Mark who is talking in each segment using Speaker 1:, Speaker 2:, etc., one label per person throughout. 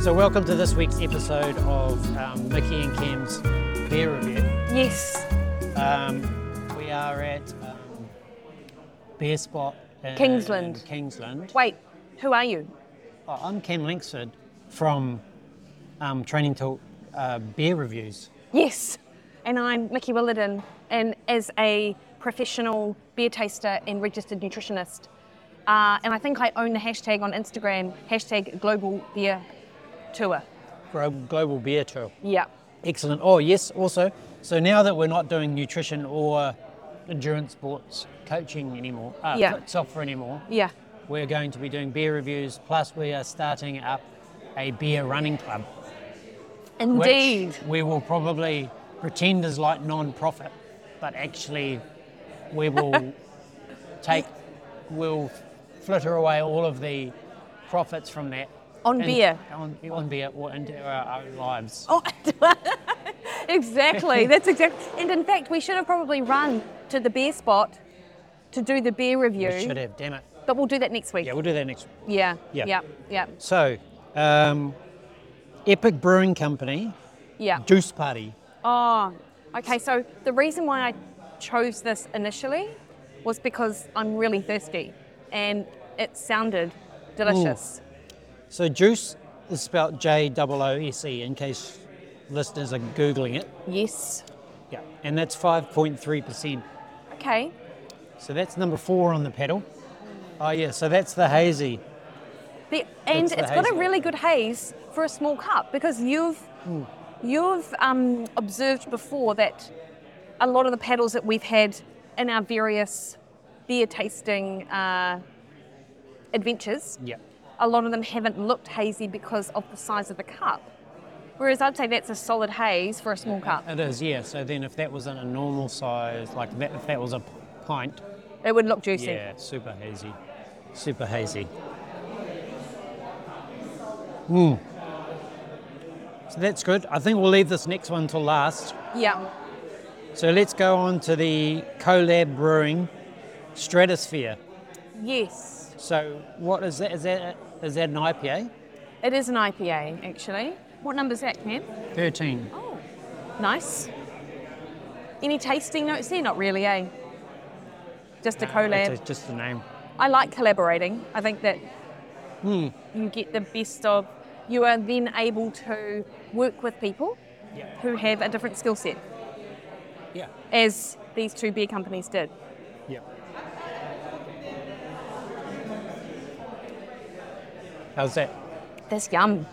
Speaker 1: So, welcome to this week's episode of um, Mickey and Kim's beer review.
Speaker 2: Yes.
Speaker 1: Um, we are at um, Beer Spot in
Speaker 2: Kingsland.
Speaker 1: Kingsland.
Speaker 2: Wait, who are you?
Speaker 1: Oh, I'm Ken Linksford from um, Training Talk uh, Beer Reviews.
Speaker 2: Yes. And I'm Mickey Willardin, and as a professional beer taster and registered nutritionist, uh, and I think I own the hashtag on Instagram, hashtag global beer tour.
Speaker 1: Glo- Global Beer Tour.
Speaker 2: Yeah.
Speaker 1: Excellent. Oh, yes, also. So now that we're not doing nutrition or endurance sports coaching anymore, uh,
Speaker 2: Yeah.
Speaker 1: f- software anymore,
Speaker 2: Yeah.
Speaker 1: we're going to be doing beer reviews, plus, we are starting up a beer running club. which
Speaker 2: Indeed.
Speaker 1: we will probably pretend is like non-profit, but actually we will take, we'll flitter away all of the profits from that.
Speaker 2: On
Speaker 1: in-
Speaker 2: beer.
Speaker 1: On, on beer or into our own lives.
Speaker 2: Oh, exactly. That's exactly. And in fact, we should have probably run to the beer spot to do the beer review,
Speaker 1: We should have, damn it.
Speaker 2: but we'll do that next week.
Speaker 1: Yeah, we'll do that next.
Speaker 2: Yeah.
Speaker 1: Yeah.
Speaker 2: Yeah. Yeah.
Speaker 1: So, um, Epic Brewing Company,
Speaker 2: Yeah.
Speaker 1: Juice Party.
Speaker 2: Oh, okay. So the reason why I chose this initially was because I'm really thirsty, and it sounded delicious.
Speaker 1: So Juice is spelled J-O-O-S-E E, in case listeners are Googling it.
Speaker 2: Yes.
Speaker 1: Yeah. And that's 5.3%.
Speaker 2: Okay.
Speaker 1: So that's number four on the pedal. Oh yeah, so that's the hazy.
Speaker 2: The, and
Speaker 1: That's the
Speaker 2: it's got a
Speaker 1: haze.
Speaker 2: really good haze for a small cup because you've you've um, observed before that a lot of the paddles that we've had in our various beer tasting uh, adventures,
Speaker 1: Yeah.
Speaker 2: a lot of them haven't looked hazy because of the size of the cup. Whereas I'd say that's a solid haze for a small cup.
Speaker 1: It is, yeah. So then if that was in a normal size, like that, if that was a p- pint,
Speaker 2: It would look juicy.
Speaker 1: yeah, super hazy. Super hazy. Mm. Hmm. So that's good. I think we'll leave this next one till last.
Speaker 2: Yeah.
Speaker 1: So let's go on to the Colab Brewing Stratosphere.
Speaker 2: Yes.
Speaker 1: So what is that? Is that is that an IPA?
Speaker 2: It is an IPA, actually. What number's that, Cam?
Speaker 1: Thirteen.
Speaker 2: Oh, nice. Any tasting notes there? Not really, eh? Just a collab.
Speaker 1: It's just the name.
Speaker 2: I like collaborating. I think that you get the best of. You are then able to work with people
Speaker 1: Yeah.
Speaker 2: who have a different skill set,
Speaker 1: Yeah.
Speaker 2: as these two beer companies did.
Speaker 1: Yeah. How's that?
Speaker 2: That's yum.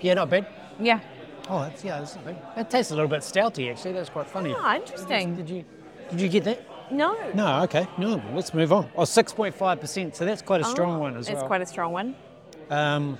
Speaker 1: Yeah, not bad.
Speaker 2: Yeah.
Speaker 1: Oh, that's, yeah, that's not bad. That tastes a little bit stouty, actually. That's quite funny.
Speaker 2: Ah, interesting.
Speaker 1: Did you did you get that?
Speaker 2: No.
Speaker 1: No. Okay. No. Let's move on. Oh, 6.5 percent. So that's quite a strong
Speaker 2: Ah,
Speaker 1: one as
Speaker 2: It's
Speaker 1: well.
Speaker 2: quite a strong one.
Speaker 1: um,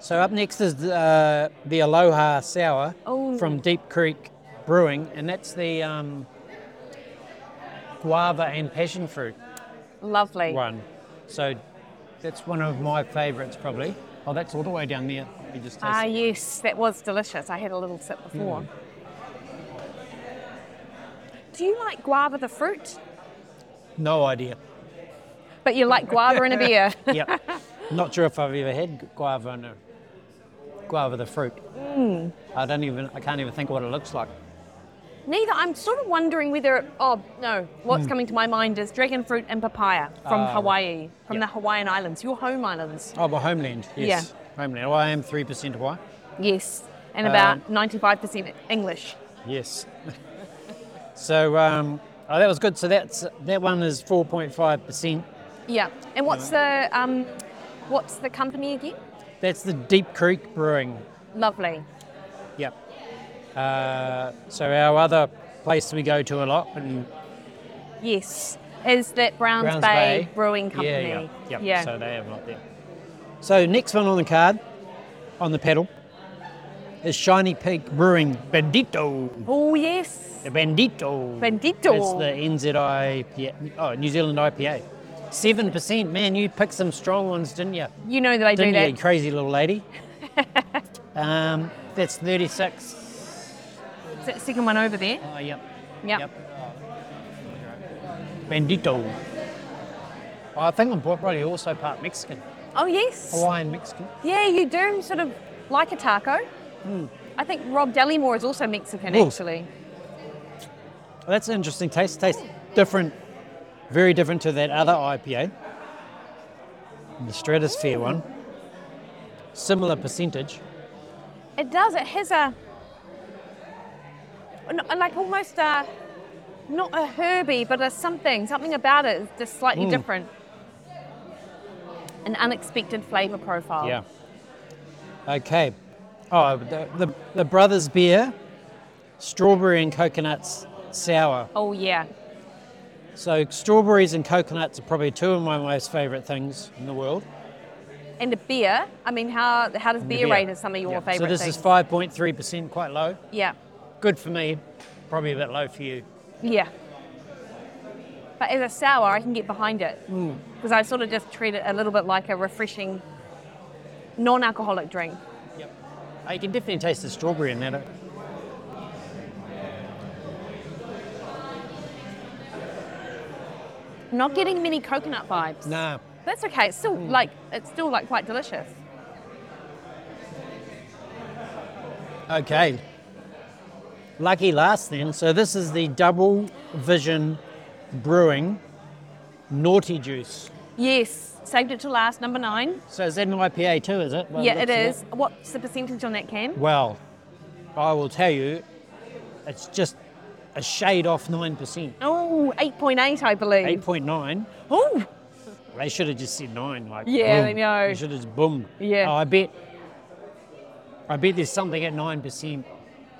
Speaker 1: so up next is the, uh, the Aloha Sour
Speaker 2: Oh.
Speaker 1: from Deep Creek Brewing, and that's the um, guava and passion fruit.
Speaker 2: Lovely.
Speaker 1: one. So that's one of my favourites, probably. Oh, that's all the way down there. Let me just taste
Speaker 2: Ah,
Speaker 1: it.
Speaker 2: yes, that was delicious. I had a little sip before.
Speaker 1: Hmm.
Speaker 2: Do you like guava, the fruit?
Speaker 1: No idea.
Speaker 2: But you like guava in a beer.
Speaker 1: Yep. Not sure if I've ever had guava and a, guava the fruit. I don't even. I can't even think what it looks like.
Speaker 2: Neither. I'm sort of wondering whether. It, oh no, what's coming to my mind is dragon fruit and papaya from
Speaker 1: Hmm. Ah, right.
Speaker 2: Hawaii, from
Speaker 1: Yeah.
Speaker 2: the Hawaiian Islands, your home islands.
Speaker 1: Oh, but homeland. Yes. Homeland. Well, I am three percent Hawaii.
Speaker 2: Yes, and about 95% English.
Speaker 1: Yes. so um, oh, that was good. So that's that one is four point five percent.
Speaker 2: Yeah. And what's the um, what's the company again?
Speaker 1: That's the Deep Creek Brewing.
Speaker 2: Lovely.
Speaker 1: Yep. Uh, so our other place we go to a lot and
Speaker 2: Yes, is that Browns,
Speaker 1: Browns
Speaker 2: Bay,
Speaker 1: Bay.
Speaker 2: Brewing
Speaker 1: Yeah,
Speaker 2: Company?
Speaker 1: Yeah, yeah. So they have not there. So next one on the card, on the pedal, is Shiny Peak Brewing Bandito.
Speaker 2: Oh yes.
Speaker 1: The Bandito.
Speaker 2: Bandito.
Speaker 1: It's the NZI, IPA, oh New Zealand IPA. Seven percent, man. You picked some strong ones, didn't you?
Speaker 2: You know that I do
Speaker 1: Didn't
Speaker 2: that.
Speaker 1: you, you crazy little lady? um, that's thirty-six.
Speaker 2: It's that second one over there.
Speaker 1: Oh, yep.
Speaker 2: Yep.
Speaker 1: Bandito. Oh, I think I'm probably also part Mexican,
Speaker 2: Oh, yes.
Speaker 1: Hawaiian Mexican.
Speaker 2: Yeah, you do sort of like a taco. I think Rob Delimore is also Mexican,
Speaker 1: Hmm. Ooh.
Speaker 2: actually.
Speaker 1: Well, Oh, that's an interesting taste. Tastes different, very different to that other IPA, the Stratosphere one. Similar percentage.
Speaker 2: It does. It has a n- like almost a not a herby, but a something. Something about it is just slightly
Speaker 1: Mm.
Speaker 2: different. An unexpected flavour profile.
Speaker 1: Yeah. Okay. Oh, the, the, the Brothers beer, strawberry and coconuts sour.
Speaker 2: Oh yeah.
Speaker 1: So strawberries and coconuts are probably two of my most favourite things in the world.
Speaker 2: And a beer. I mean, how how does beer,
Speaker 1: beer.
Speaker 2: rate as some of your
Speaker 1: Yeah.
Speaker 2: favourite
Speaker 1: So this
Speaker 2: things?
Speaker 1: is 5.3%, quite low.
Speaker 2: yeah.
Speaker 1: Good for me, probably a bit low for you.
Speaker 2: Yeah. But as a sour, I can get behind it
Speaker 1: Hmm.
Speaker 2: because I sort of just treat it a little bit like a refreshing non-alcoholic drink.
Speaker 1: Yep. Oh, you can definitely taste the strawberry in that.
Speaker 2: Not getting many coconut vibes.
Speaker 1: Nah.
Speaker 2: That's okay. It's
Speaker 1: Hmm.
Speaker 2: still like it's still like quite delicious.
Speaker 1: Okay. Lucky last then. So this is the Double Vision Brewing Naughty Juice.
Speaker 2: Yes, saved it to last. Number nine.
Speaker 1: So is that an IPA too, is it? By the
Speaker 2: yeah, it
Speaker 1: looks of
Speaker 2: is. What's the percentage on that can?
Speaker 1: Well, I will tell you, it's just a shade off 9%.
Speaker 2: Oh, 8.8, I believe.
Speaker 1: 8.9.
Speaker 2: Oh,
Speaker 1: They should have just said 9. Like,
Speaker 2: Yeah,
Speaker 1: boom.
Speaker 2: I know.
Speaker 1: They should have just boomed.
Speaker 2: Yeah.
Speaker 1: Oh, I bet. I bet there's something at 9%.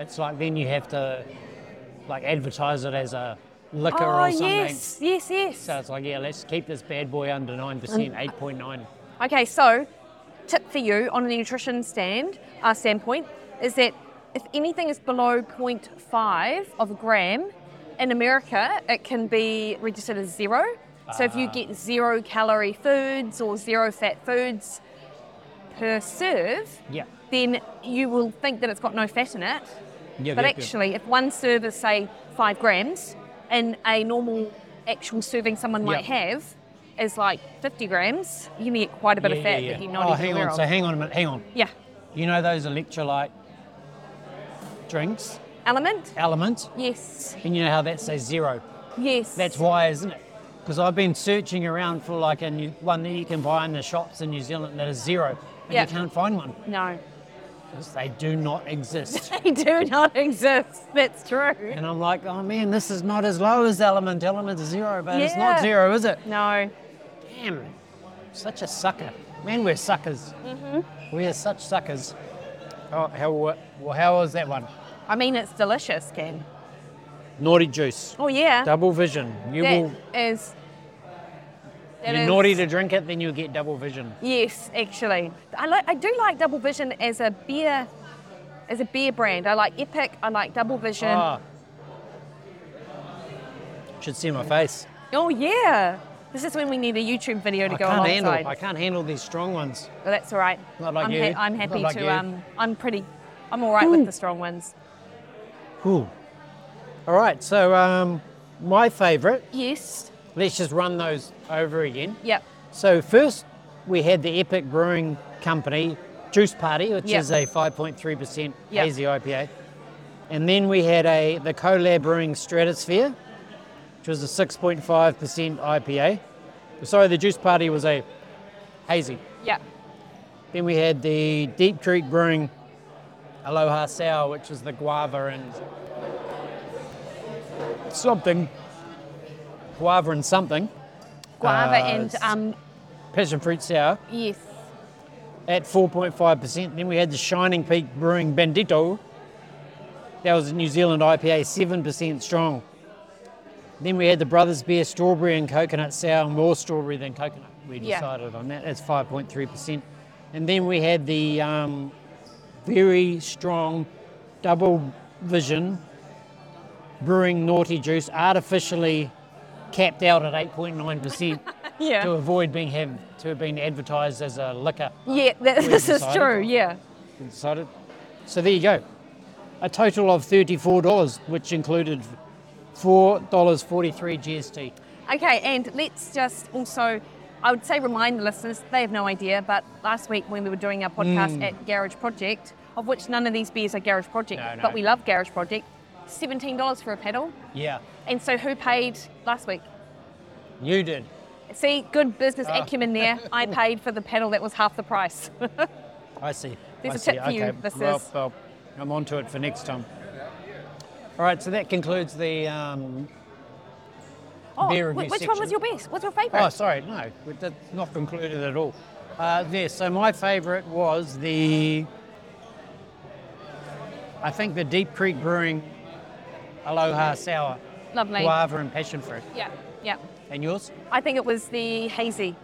Speaker 1: It's like then you have to like advertise it as a liquor
Speaker 2: oh
Speaker 1: or something.
Speaker 2: yes, yes, yes.
Speaker 1: So it's like, yeah, let's keep this bad boy under 9%,
Speaker 2: Um,
Speaker 1: 8.9.
Speaker 2: Okay, so tip for you on a nutrition stand uh, standpoint is that if anything is below 0.5 of a gram in America, it can be registered as zero. So if you
Speaker 1: Ah.
Speaker 2: get zero calorie foods or zero fat foods per serve,
Speaker 1: Yeah.
Speaker 2: then you will think that it's got no fat in it.
Speaker 1: Yeah, yeah,
Speaker 2: But
Speaker 1: yeah.
Speaker 2: actually, if one serve is say five grams, and a normal actual serving someone might
Speaker 1: Yeah.
Speaker 2: have is like 50 grams, you can get quite a bit
Speaker 1: Yeah,
Speaker 2: of
Speaker 1: yeah,
Speaker 2: fat
Speaker 1: yeah.
Speaker 2: that you're not
Speaker 1: Oh,
Speaker 2: even
Speaker 1: hang
Speaker 2: aware
Speaker 1: on.
Speaker 2: of.
Speaker 1: So hang on a minute. Hang on.
Speaker 2: yeah,
Speaker 1: You know those electrolyte drinks,
Speaker 2: element.
Speaker 1: element,
Speaker 2: Yes,
Speaker 1: and you know how that says zero.
Speaker 2: yes.
Speaker 1: That's why, isn't it? Because I've been searching around for like a new, one that you can buy in the shops in New Zealand that is zero, and
Speaker 2: Yeah.
Speaker 1: you can't find one
Speaker 2: No,
Speaker 1: 'cause they do not exist.
Speaker 2: they do not exist. That's true.
Speaker 1: and I'm like, oh man, this is not as low as element. Element is zero, but it's not
Speaker 2: Yeah.
Speaker 1: zero, is it?
Speaker 2: No,
Speaker 1: Damn, such a sucker. Man, we're suckers.
Speaker 2: Mm-hmm.
Speaker 1: We're such suckers. Oh, how, wa- well, how was that one?
Speaker 2: I mean it's delicious, Ken.
Speaker 1: Naughty juice.
Speaker 2: Oh yeah,
Speaker 1: Double vision. You
Speaker 2: That
Speaker 1: will.
Speaker 2: is- that
Speaker 1: You're
Speaker 2: is-
Speaker 1: naughty to drink it, then you'll get double vision.
Speaker 2: Yes, actually, I like. I do like Double Vision as a beer, as a beer brand. I like Epic. I like Double Vision. Oh,
Speaker 1: Ah. Should see my face.
Speaker 2: Oh, yeah, this is when we need a YouTube video to
Speaker 1: I
Speaker 2: go
Speaker 1: can't handle.
Speaker 2: alongside.
Speaker 1: I can't handle these strong ones.
Speaker 2: Well, that's all right.
Speaker 1: Not like
Speaker 2: I'm,
Speaker 1: you.
Speaker 2: I'm
Speaker 1: Not
Speaker 2: happy
Speaker 1: like
Speaker 2: to.
Speaker 1: you.
Speaker 2: Um, I'm pretty. I'm all right with the strong ones.
Speaker 1: Ooh. All right. So um, my favourite.
Speaker 2: Yes.
Speaker 1: Let's just run those over again.
Speaker 2: Yep.
Speaker 1: So first, we had the Epic Brewing Company Juice Party, which
Speaker 2: Yep.
Speaker 1: is a 5.3%
Speaker 2: Yep.
Speaker 1: hazy IPA, and then we had a the Colab Brewing Stratosphere, which was a 6.5% IPA. Sorry, the Juice Party was a hazy.
Speaker 2: Yep.
Speaker 1: Then we had the Deep Creek Brewing Aloha Sour, which is the guava and something. Guava and something.
Speaker 2: Guava
Speaker 1: Uh,
Speaker 2: and
Speaker 1: s-
Speaker 2: um,
Speaker 1: Passion fruit sour
Speaker 2: yes.
Speaker 1: at 4.5%. Then we had the Shining Peak Brewing Bandito. That was a New Zealand IPA, 7% strong. Then we had the Brothers Beer Strawberry and Coconut Sour, more strawberry than coconut. We
Speaker 2: Yeah.
Speaker 1: decided on that. That's 5.3%. And then we had the um, very strong Double Vision Brewing Naughty Juice, artificially capped out at 8.9%
Speaker 2: Yeah.
Speaker 1: to avoid being have, to have been advertised as a liquor.
Speaker 2: Yeah. That,
Speaker 1: We
Speaker 2: this is
Speaker 1: decided.
Speaker 2: true. Yeah.
Speaker 1: Decided. So there you go. A total of thirty-four dollars, which included four dollars forty-three GST.
Speaker 2: Okay, and let's just also I would say remind the listeners, they have no idea, but last week when we were doing our podcast
Speaker 1: Hmm.
Speaker 2: at Garage Project, of which none of these beers are Garage Project,
Speaker 1: No, no.
Speaker 2: but we love Garage Project, $17 for a pedal.
Speaker 1: Yeah,
Speaker 2: And so who paid last week?
Speaker 1: you did.
Speaker 2: See, good business
Speaker 1: Ah.
Speaker 2: acumen there. I paid for the pedal that was half the price.
Speaker 1: I see.
Speaker 2: There's
Speaker 1: I
Speaker 2: a
Speaker 1: see.
Speaker 2: tip for you.
Speaker 1: okay.
Speaker 2: This
Speaker 1: well,
Speaker 2: is-
Speaker 1: well, I'm onto it for next time. All right, so that concludes the. Um,
Speaker 2: Oh,
Speaker 1: Beer
Speaker 2: wh-
Speaker 1: review
Speaker 2: which one was
Speaker 1: section.
Speaker 2: your best? What's your favourite?
Speaker 1: oh, sorry, no, we- that's not concluded at all. Uh, there, so my favourite was the. I think the Deep Creek Brewing Aloha Sour,
Speaker 2: Lovely.
Speaker 1: Guava and Passion Fruit.
Speaker 2: Yeah, yeah.
Speaker 1: And yours?
Speaker 2: I think it was the hazy.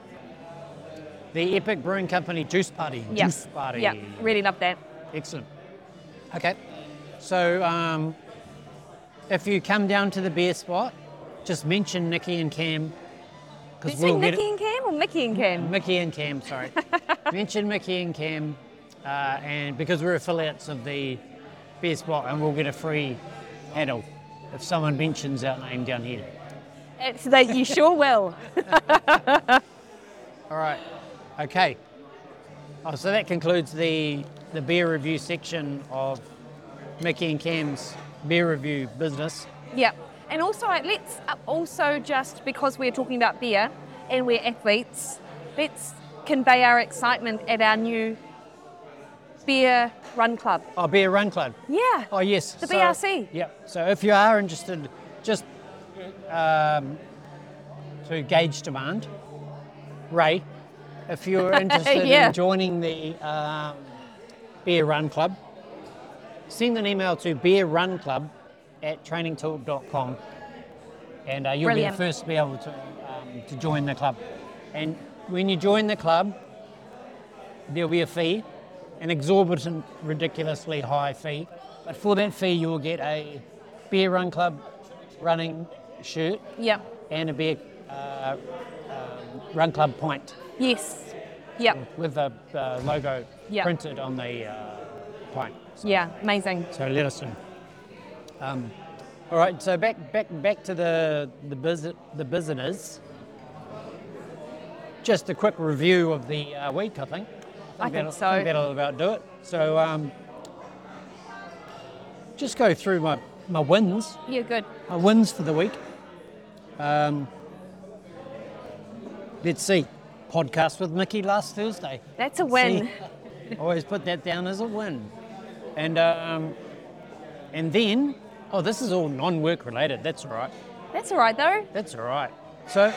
Speaker 1: The Epic Brewing Company Juice Party.
Speaker 2: Yeah.
Speaker 1: Juice Party.
Speaker 2: Yeah, really love that.
Speaker 1: Excellent. Okay. So um, if you come down to the beer spot, just mention Nikki and Cam
Speaker 2: Did
Speaker 1: because
Speaker 2: you
Speaker 1: we'll get
Speaker 2: say Nicky and Cam or Mickey and Cam?
Speaker 1: Mickey and Cam. Sorry, mention Mickey and Cam, uh, and because we're affiliates of the beer spot, and we'll get a free paddle if someone mentions our name down here.
Speaker 2: It's that you sure will.
Speaker 1: All right. Okay. Oh, so that concludes the the beer review section of Mickey and Cam's beer review business.
Speaker 2: Yeah, and also I- let's uh, also just because we're talking about beer and we're athletes, let's convey our excitement at our new beer run club.
Speaker 1: Oh, beer run club.
Speaker 2: Yeah.
Speaker 1: Oh yes.
Speaker 2: The BRC.
Speaker 1: Yep. So if you are interested, just um, to gauge demand, Ray, if you're interested
Speaker 2: Yeah.
Speaker 1: in joining the um, Beer Run Club, send an email to beerrunclub at trainingtalk.com and uh, you'll
Speaker 2: Brilliant.
Speaker 1: be the first to be able to, um, to join the club. And when you join the club, there'll be a fee, an exorbitant, ridiculously high fee. But for that fee, you'll get a Beer Run Club running shirt
Speaker 2: Yeah.
Speaker 1: and a beer uh, um, run club pint
Speaker 2: Yes. Yeah.
Speaker 1: with the uh, logo
Speaker 2: Yeah.
Speaker 1: printed on the uh, pint.
Speaker 2: Yeah. Amazing.
Speaker 1: So let us know. Um, all right, so back back back to the the bus the business. Just a quick review of the uh, week, I think.
Speaker 2: I think
Speaker 1: that'll-
Speaker 2: so.
Speaker 1: I think that'll about do it. So um, just go through my my wins.
Speaker 2: Yeah. Good.
Speaker 1: My wins for the week. Um, let's see. Podcast with Mickey last Thursday.
Speaker 2: That's a win.
Speaker 1: See, always put that down as a win. And um, and then, oh, this is all non-work related. That's all right.
Speaker 2: That's all right though.
Speaker 1: That's all right. So,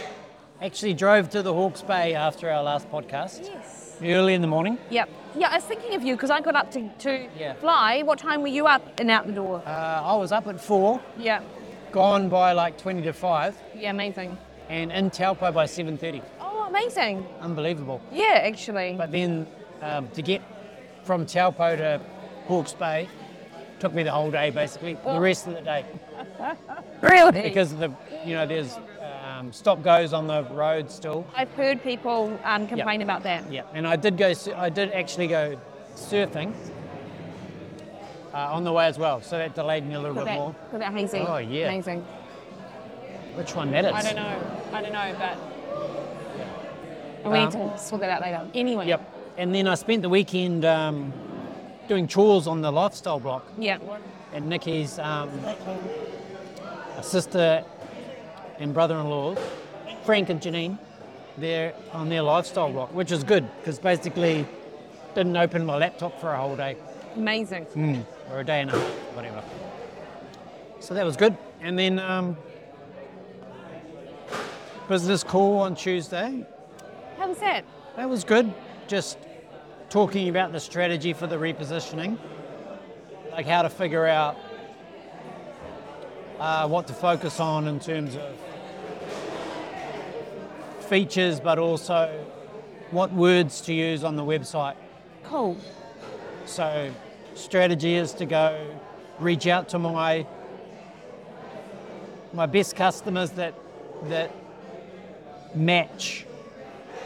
Speaker 1: actually drove to the Hawke's Bay after our last podcast.
Speaker 2: Yes.
Speaker 1: Early in the morning.
Speaker 2: Yep. Yeah, I was thinking of you because I got up to, to
Speaker 1: Yeah.
Speaker 2: fly. What time were you up and out the door?
Speaker 1: Uh, I was up at four,
Speaker 2: yeah.
Speaker 1: gone by like twenty to five,
Speaker 2: Yeah, amazing.
Speaker 1: and in Taupo by seven thirty.
Speaker 2: Oh, amazing.
Speaker 1: Unbelievable.
Speaker 2: Yeah, actually.
Speaker 1: But then um, to get from Taupo to Hawke's Bay took me the whole day basically, the rest of the day.
Speaker 2: really?
Speaker 1: Because the you know there's um, stop goes on the road still.
Speaker 2: I've heard people um, complain about that.
Speaker 1: Yeah, and I did go. su- I did actually go surfing uh, on the way as well, so that delayed me a little
Speaker 2: Look
Speaker 1: bit
Speaker 2: at
Speaker 1: more.
Speaker 2: that, look at that hazy.
Speaker 1: Oh, yeah.
Speaker 2: Amazing.
Speaker 1: Which one that is?
Speaker 2: I don't know. I don't know, but we need to sort that out later. Anyway.
Speaker 1: Um, Yep. And then I spent the weekend um, doing chores on the lifestyle block.
Speaker 2: Yeah.
Speaker 1: and Nikki's um, sister and brother-in-law, Frank and Janine, they're on their lifestyle walk, which is good because basically didn't open my laptop for a whole day
Speaker 2: Amazing.
Speaker 1: Mm. or a day and a half, whatever. So that was good. And then um, business call on Tuesday.
Speaker 2: How was that?
Speaker 1: That was good. Just talking about the strategy for the repositioning, like how to figure out uh, what to focus on in terms of features, but also what words to use on the website.
Speaker 2: Cool.
Speaker 1: So, strategy is to go reach out to my my best customers that that match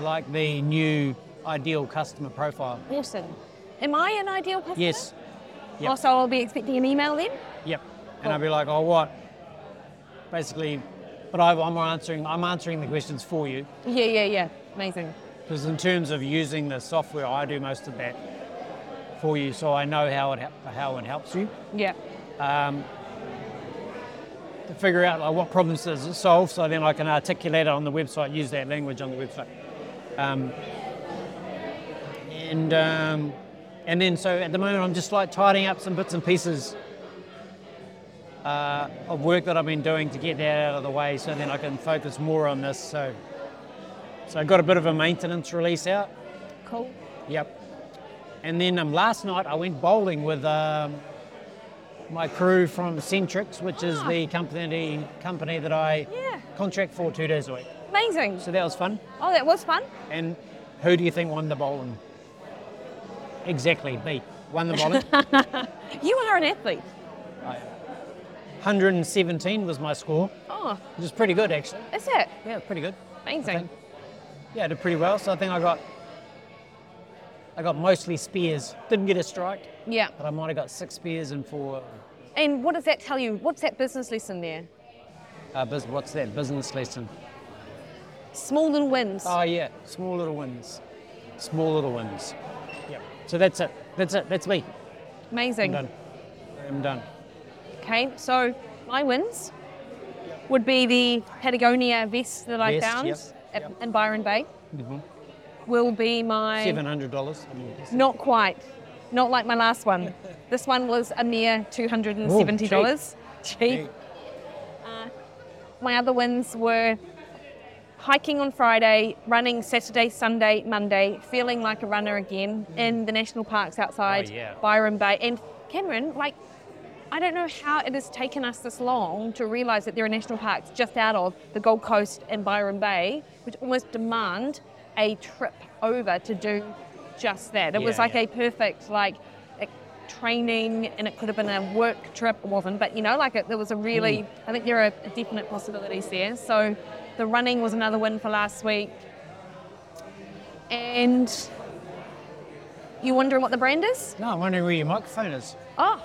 Speaker 1: like the new ideal customer profile.
Speaker 2: Awesome. Am I an ideal Oh, customer?
Speaker 1: Yes. yep.
Speaker 2: Also, I'll be expecting an email then.
Speaker 1: Yep. And I'd be like, oh, what? Basically, But I, I'm answering. I'm answering the questions for you
Speaker 2: Yeah, yeah, yeah. Amazing.
Speaker 1: because in terms of using the software, I do most of that for you, so I know how it hel- how it helps you
Speaker 2: Yeah.
Speaker 1: to figure out like what problems does it solve, so then I can articulate it on the website, use that language on the website, um, and um, and then so at the moment I'm just like tidying up some bits and pieces. Uh, of work that I've been doing to get that out of the way, so then I can focus more on this. So, so I got a bit of a maintenance release out,
Speaker 2: Cool.
Speaker 1: Yep. And then um, last night I went bowling with um, my crew from Centrix, which is
Speaker 2: Ah.
Speaker 1: the company company that I
Speaker 2: Yeah.
Speaker 1: contract for two days a week.
Speaker 2: Amazing.
Speaker 1: So that was fun.
Speaker 2: Oh, that was fun.
Speaker 1: And who do you think won the bowling? Exactly, me. Won the bowling.
Speaker 2: You are an athlete.
Speaker 1: 117 was my score,
Speaker 2: Oh,
Speaker 1: which is pretty good actually.
Speaker 2: is it?
Speaker 1: Yeah, pretty good. I
Speaker 2: Amazing.
Speaker 1: think. Yeah, I did pretty well. So I think I got I got mostly spears. Didn't get a strike,
Speaker 2: Yeah.
Speaker 1: but I might have got six spears and four
Speaker 2: And what does that tell you? What's that business lesson there?
Speaker 1: Uh, bus- what's that business lesson?
Speaker 2: Small little wins.
Speaker 1: Oh yeah, small little wins, small little wins. Yep. So that's it. That's it. That's me. I'm
Speaker 2: Amazing.
Speaker 1: done. I'm done.
Speaker 2: Okay, so my wins would be the Patagonia vest that I
Speaker 1: Vest,
Speaker 2: found
Speaker 1: yep,
Speaker 2: at,
Speaker 1: yep. Mm-hmm.
Speaker 2: in Byron Bay. Will be my
Speaker 1: Seven hundred dollars. I mean, that's-
Speaker 2: not quite, not like my last one. this one was a mere two hundred and seventy dollars. Cheap. Uh,
Speaker 1: Hey,
Speaker 2: My other wins were hiking on Friday, running Saturday, Sunday, Monday, feeling like a runner again in the national parks outside
Speaker 1: Oh, yeah.
Speaker 2: Byron Bay. And Cameron, like, I don't know how it has taken us this long to realise that there are national parks just out of the Gold Coast and Byron Bay, which almost demand a trip over to do just that. It was
Speaker 1: Yeah,
Speaker 2: like
Speaker 1: yeah.
Speaker 2: a perfect, like, a training and it could have been a work trip it wasn't but you know like it, there was a really
Speaker 1: Hmm.
Speaker 2: i think there are definite possibilities there so the running was another win for last week and you wondering what the brand is
Speaker 1: No, I'm wondering where your microphone is.
Speaker 2: oh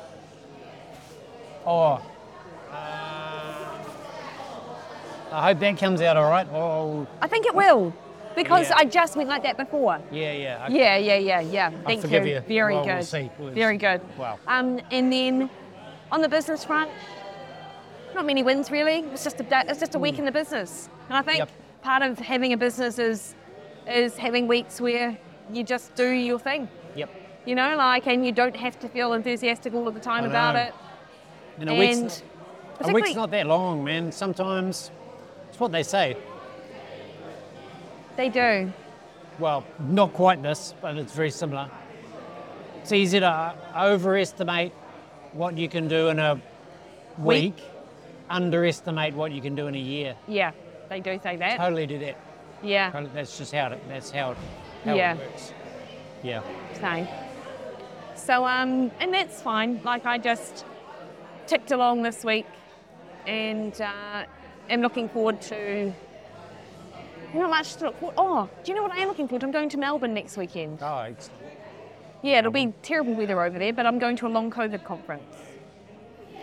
Speaker 1: Oh. Uh, I hope that comes out all right. Oh,
Speaker 2: i think it will because
Speaker 1: Yeah.
Speaker 2: i just went like that before
Speaker 1: yeah, yeah. okay.
Speaker 2: yeah yeah yeah yeah thank
Speaker 1: forgive you.
Speaker 2: very
Speaker 1: Well,
Speaker 2: good
Speaker 1: we'll see. We'll
Speaker 2: very
Speaker 1: see.
Speaker 2: good
Speaker 1: Wow.
Speaker 2: um, and then on the business front not many wins really. It's just a da- it's just a week in the business, and I think
Speaker 1: Hmm. Yep.
Speaker 2: part of having a business is is having weeks where you just do your thing,
Speaker 1: Yep.
Speaker 2: you know, like, and you don't have to feel enthusiastic all of the time
Speaker 1: I
Speaker 2: about
Speaker 1: know.
Speaker 2: it.
Speaker 1: And a
Speaker 2: and
Speaker 1: week's a
Speaker 2: particularly,
Speaker 1: week's not that long, man. Sometimes it's what they say.
Speaker 2: they do.
Speaker 1: Well, not quite this, but it's very similar. It's easy to overestimate what you can do in a week,
Speaker 2: Week.
Speaker 1: underestimate what you can do in a year.
Speaker 2: Yeah, they do say that.
Speaker 1: Totally do that.
Speaker 2: Yeah,
Speaker 1: Totally- That's just how it, that's how it, how
Speaker 2: Yeah.
Speaker 1: it works. Yeah.
Speaker 2: same. So um, and that's fine. Like I just ticked along this week, and uh, am looking forward to. Not much to look forward. Oh, do you know what I am looking forward to? I'm going to Melbourne next weekend.
Speaker 1: Oh, it's,
Speaker 2: Yeah, it'll be terrible weather over there, but I'm going to a long COVID conference.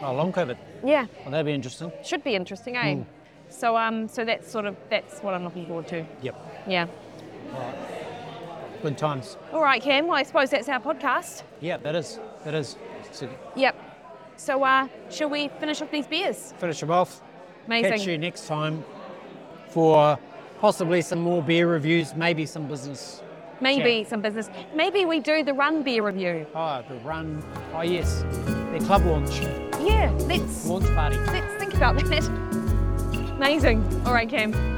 Speaker 1: oh, long COVID.
Speaker 2: Yeah,
Speaker 1: Well, that'd be interesting.
Speaker 2: should be interesting, eh? So um, so that's sort of that's what I'm looking forward to.
Speaker 1: Yep.
Speaker 2: Yeah.
Speaker 1: Good times.
Speaker 2: All right, Cam. Well, I suppose that's our podcast.
Speaker 1: Yeah, that is. That is. So
Speaker 2: Yep. So uh, shall we finish off these beers?
Speaker 1: finish them off.
Speaker 2: Amazing.
Speaker 1: Catch you next time for possibly some more beer reviews, maybe some business.
Speaker 2: Maybe some business. Maybe we do the run beer review.
Speaker 1: Oh, the run. Oh, yes. The club launch.
Speaker 2: Yeah, let's
Speaker 1: Launch party.
Speaker 2: let's think about that. Amazing. All right, Cam.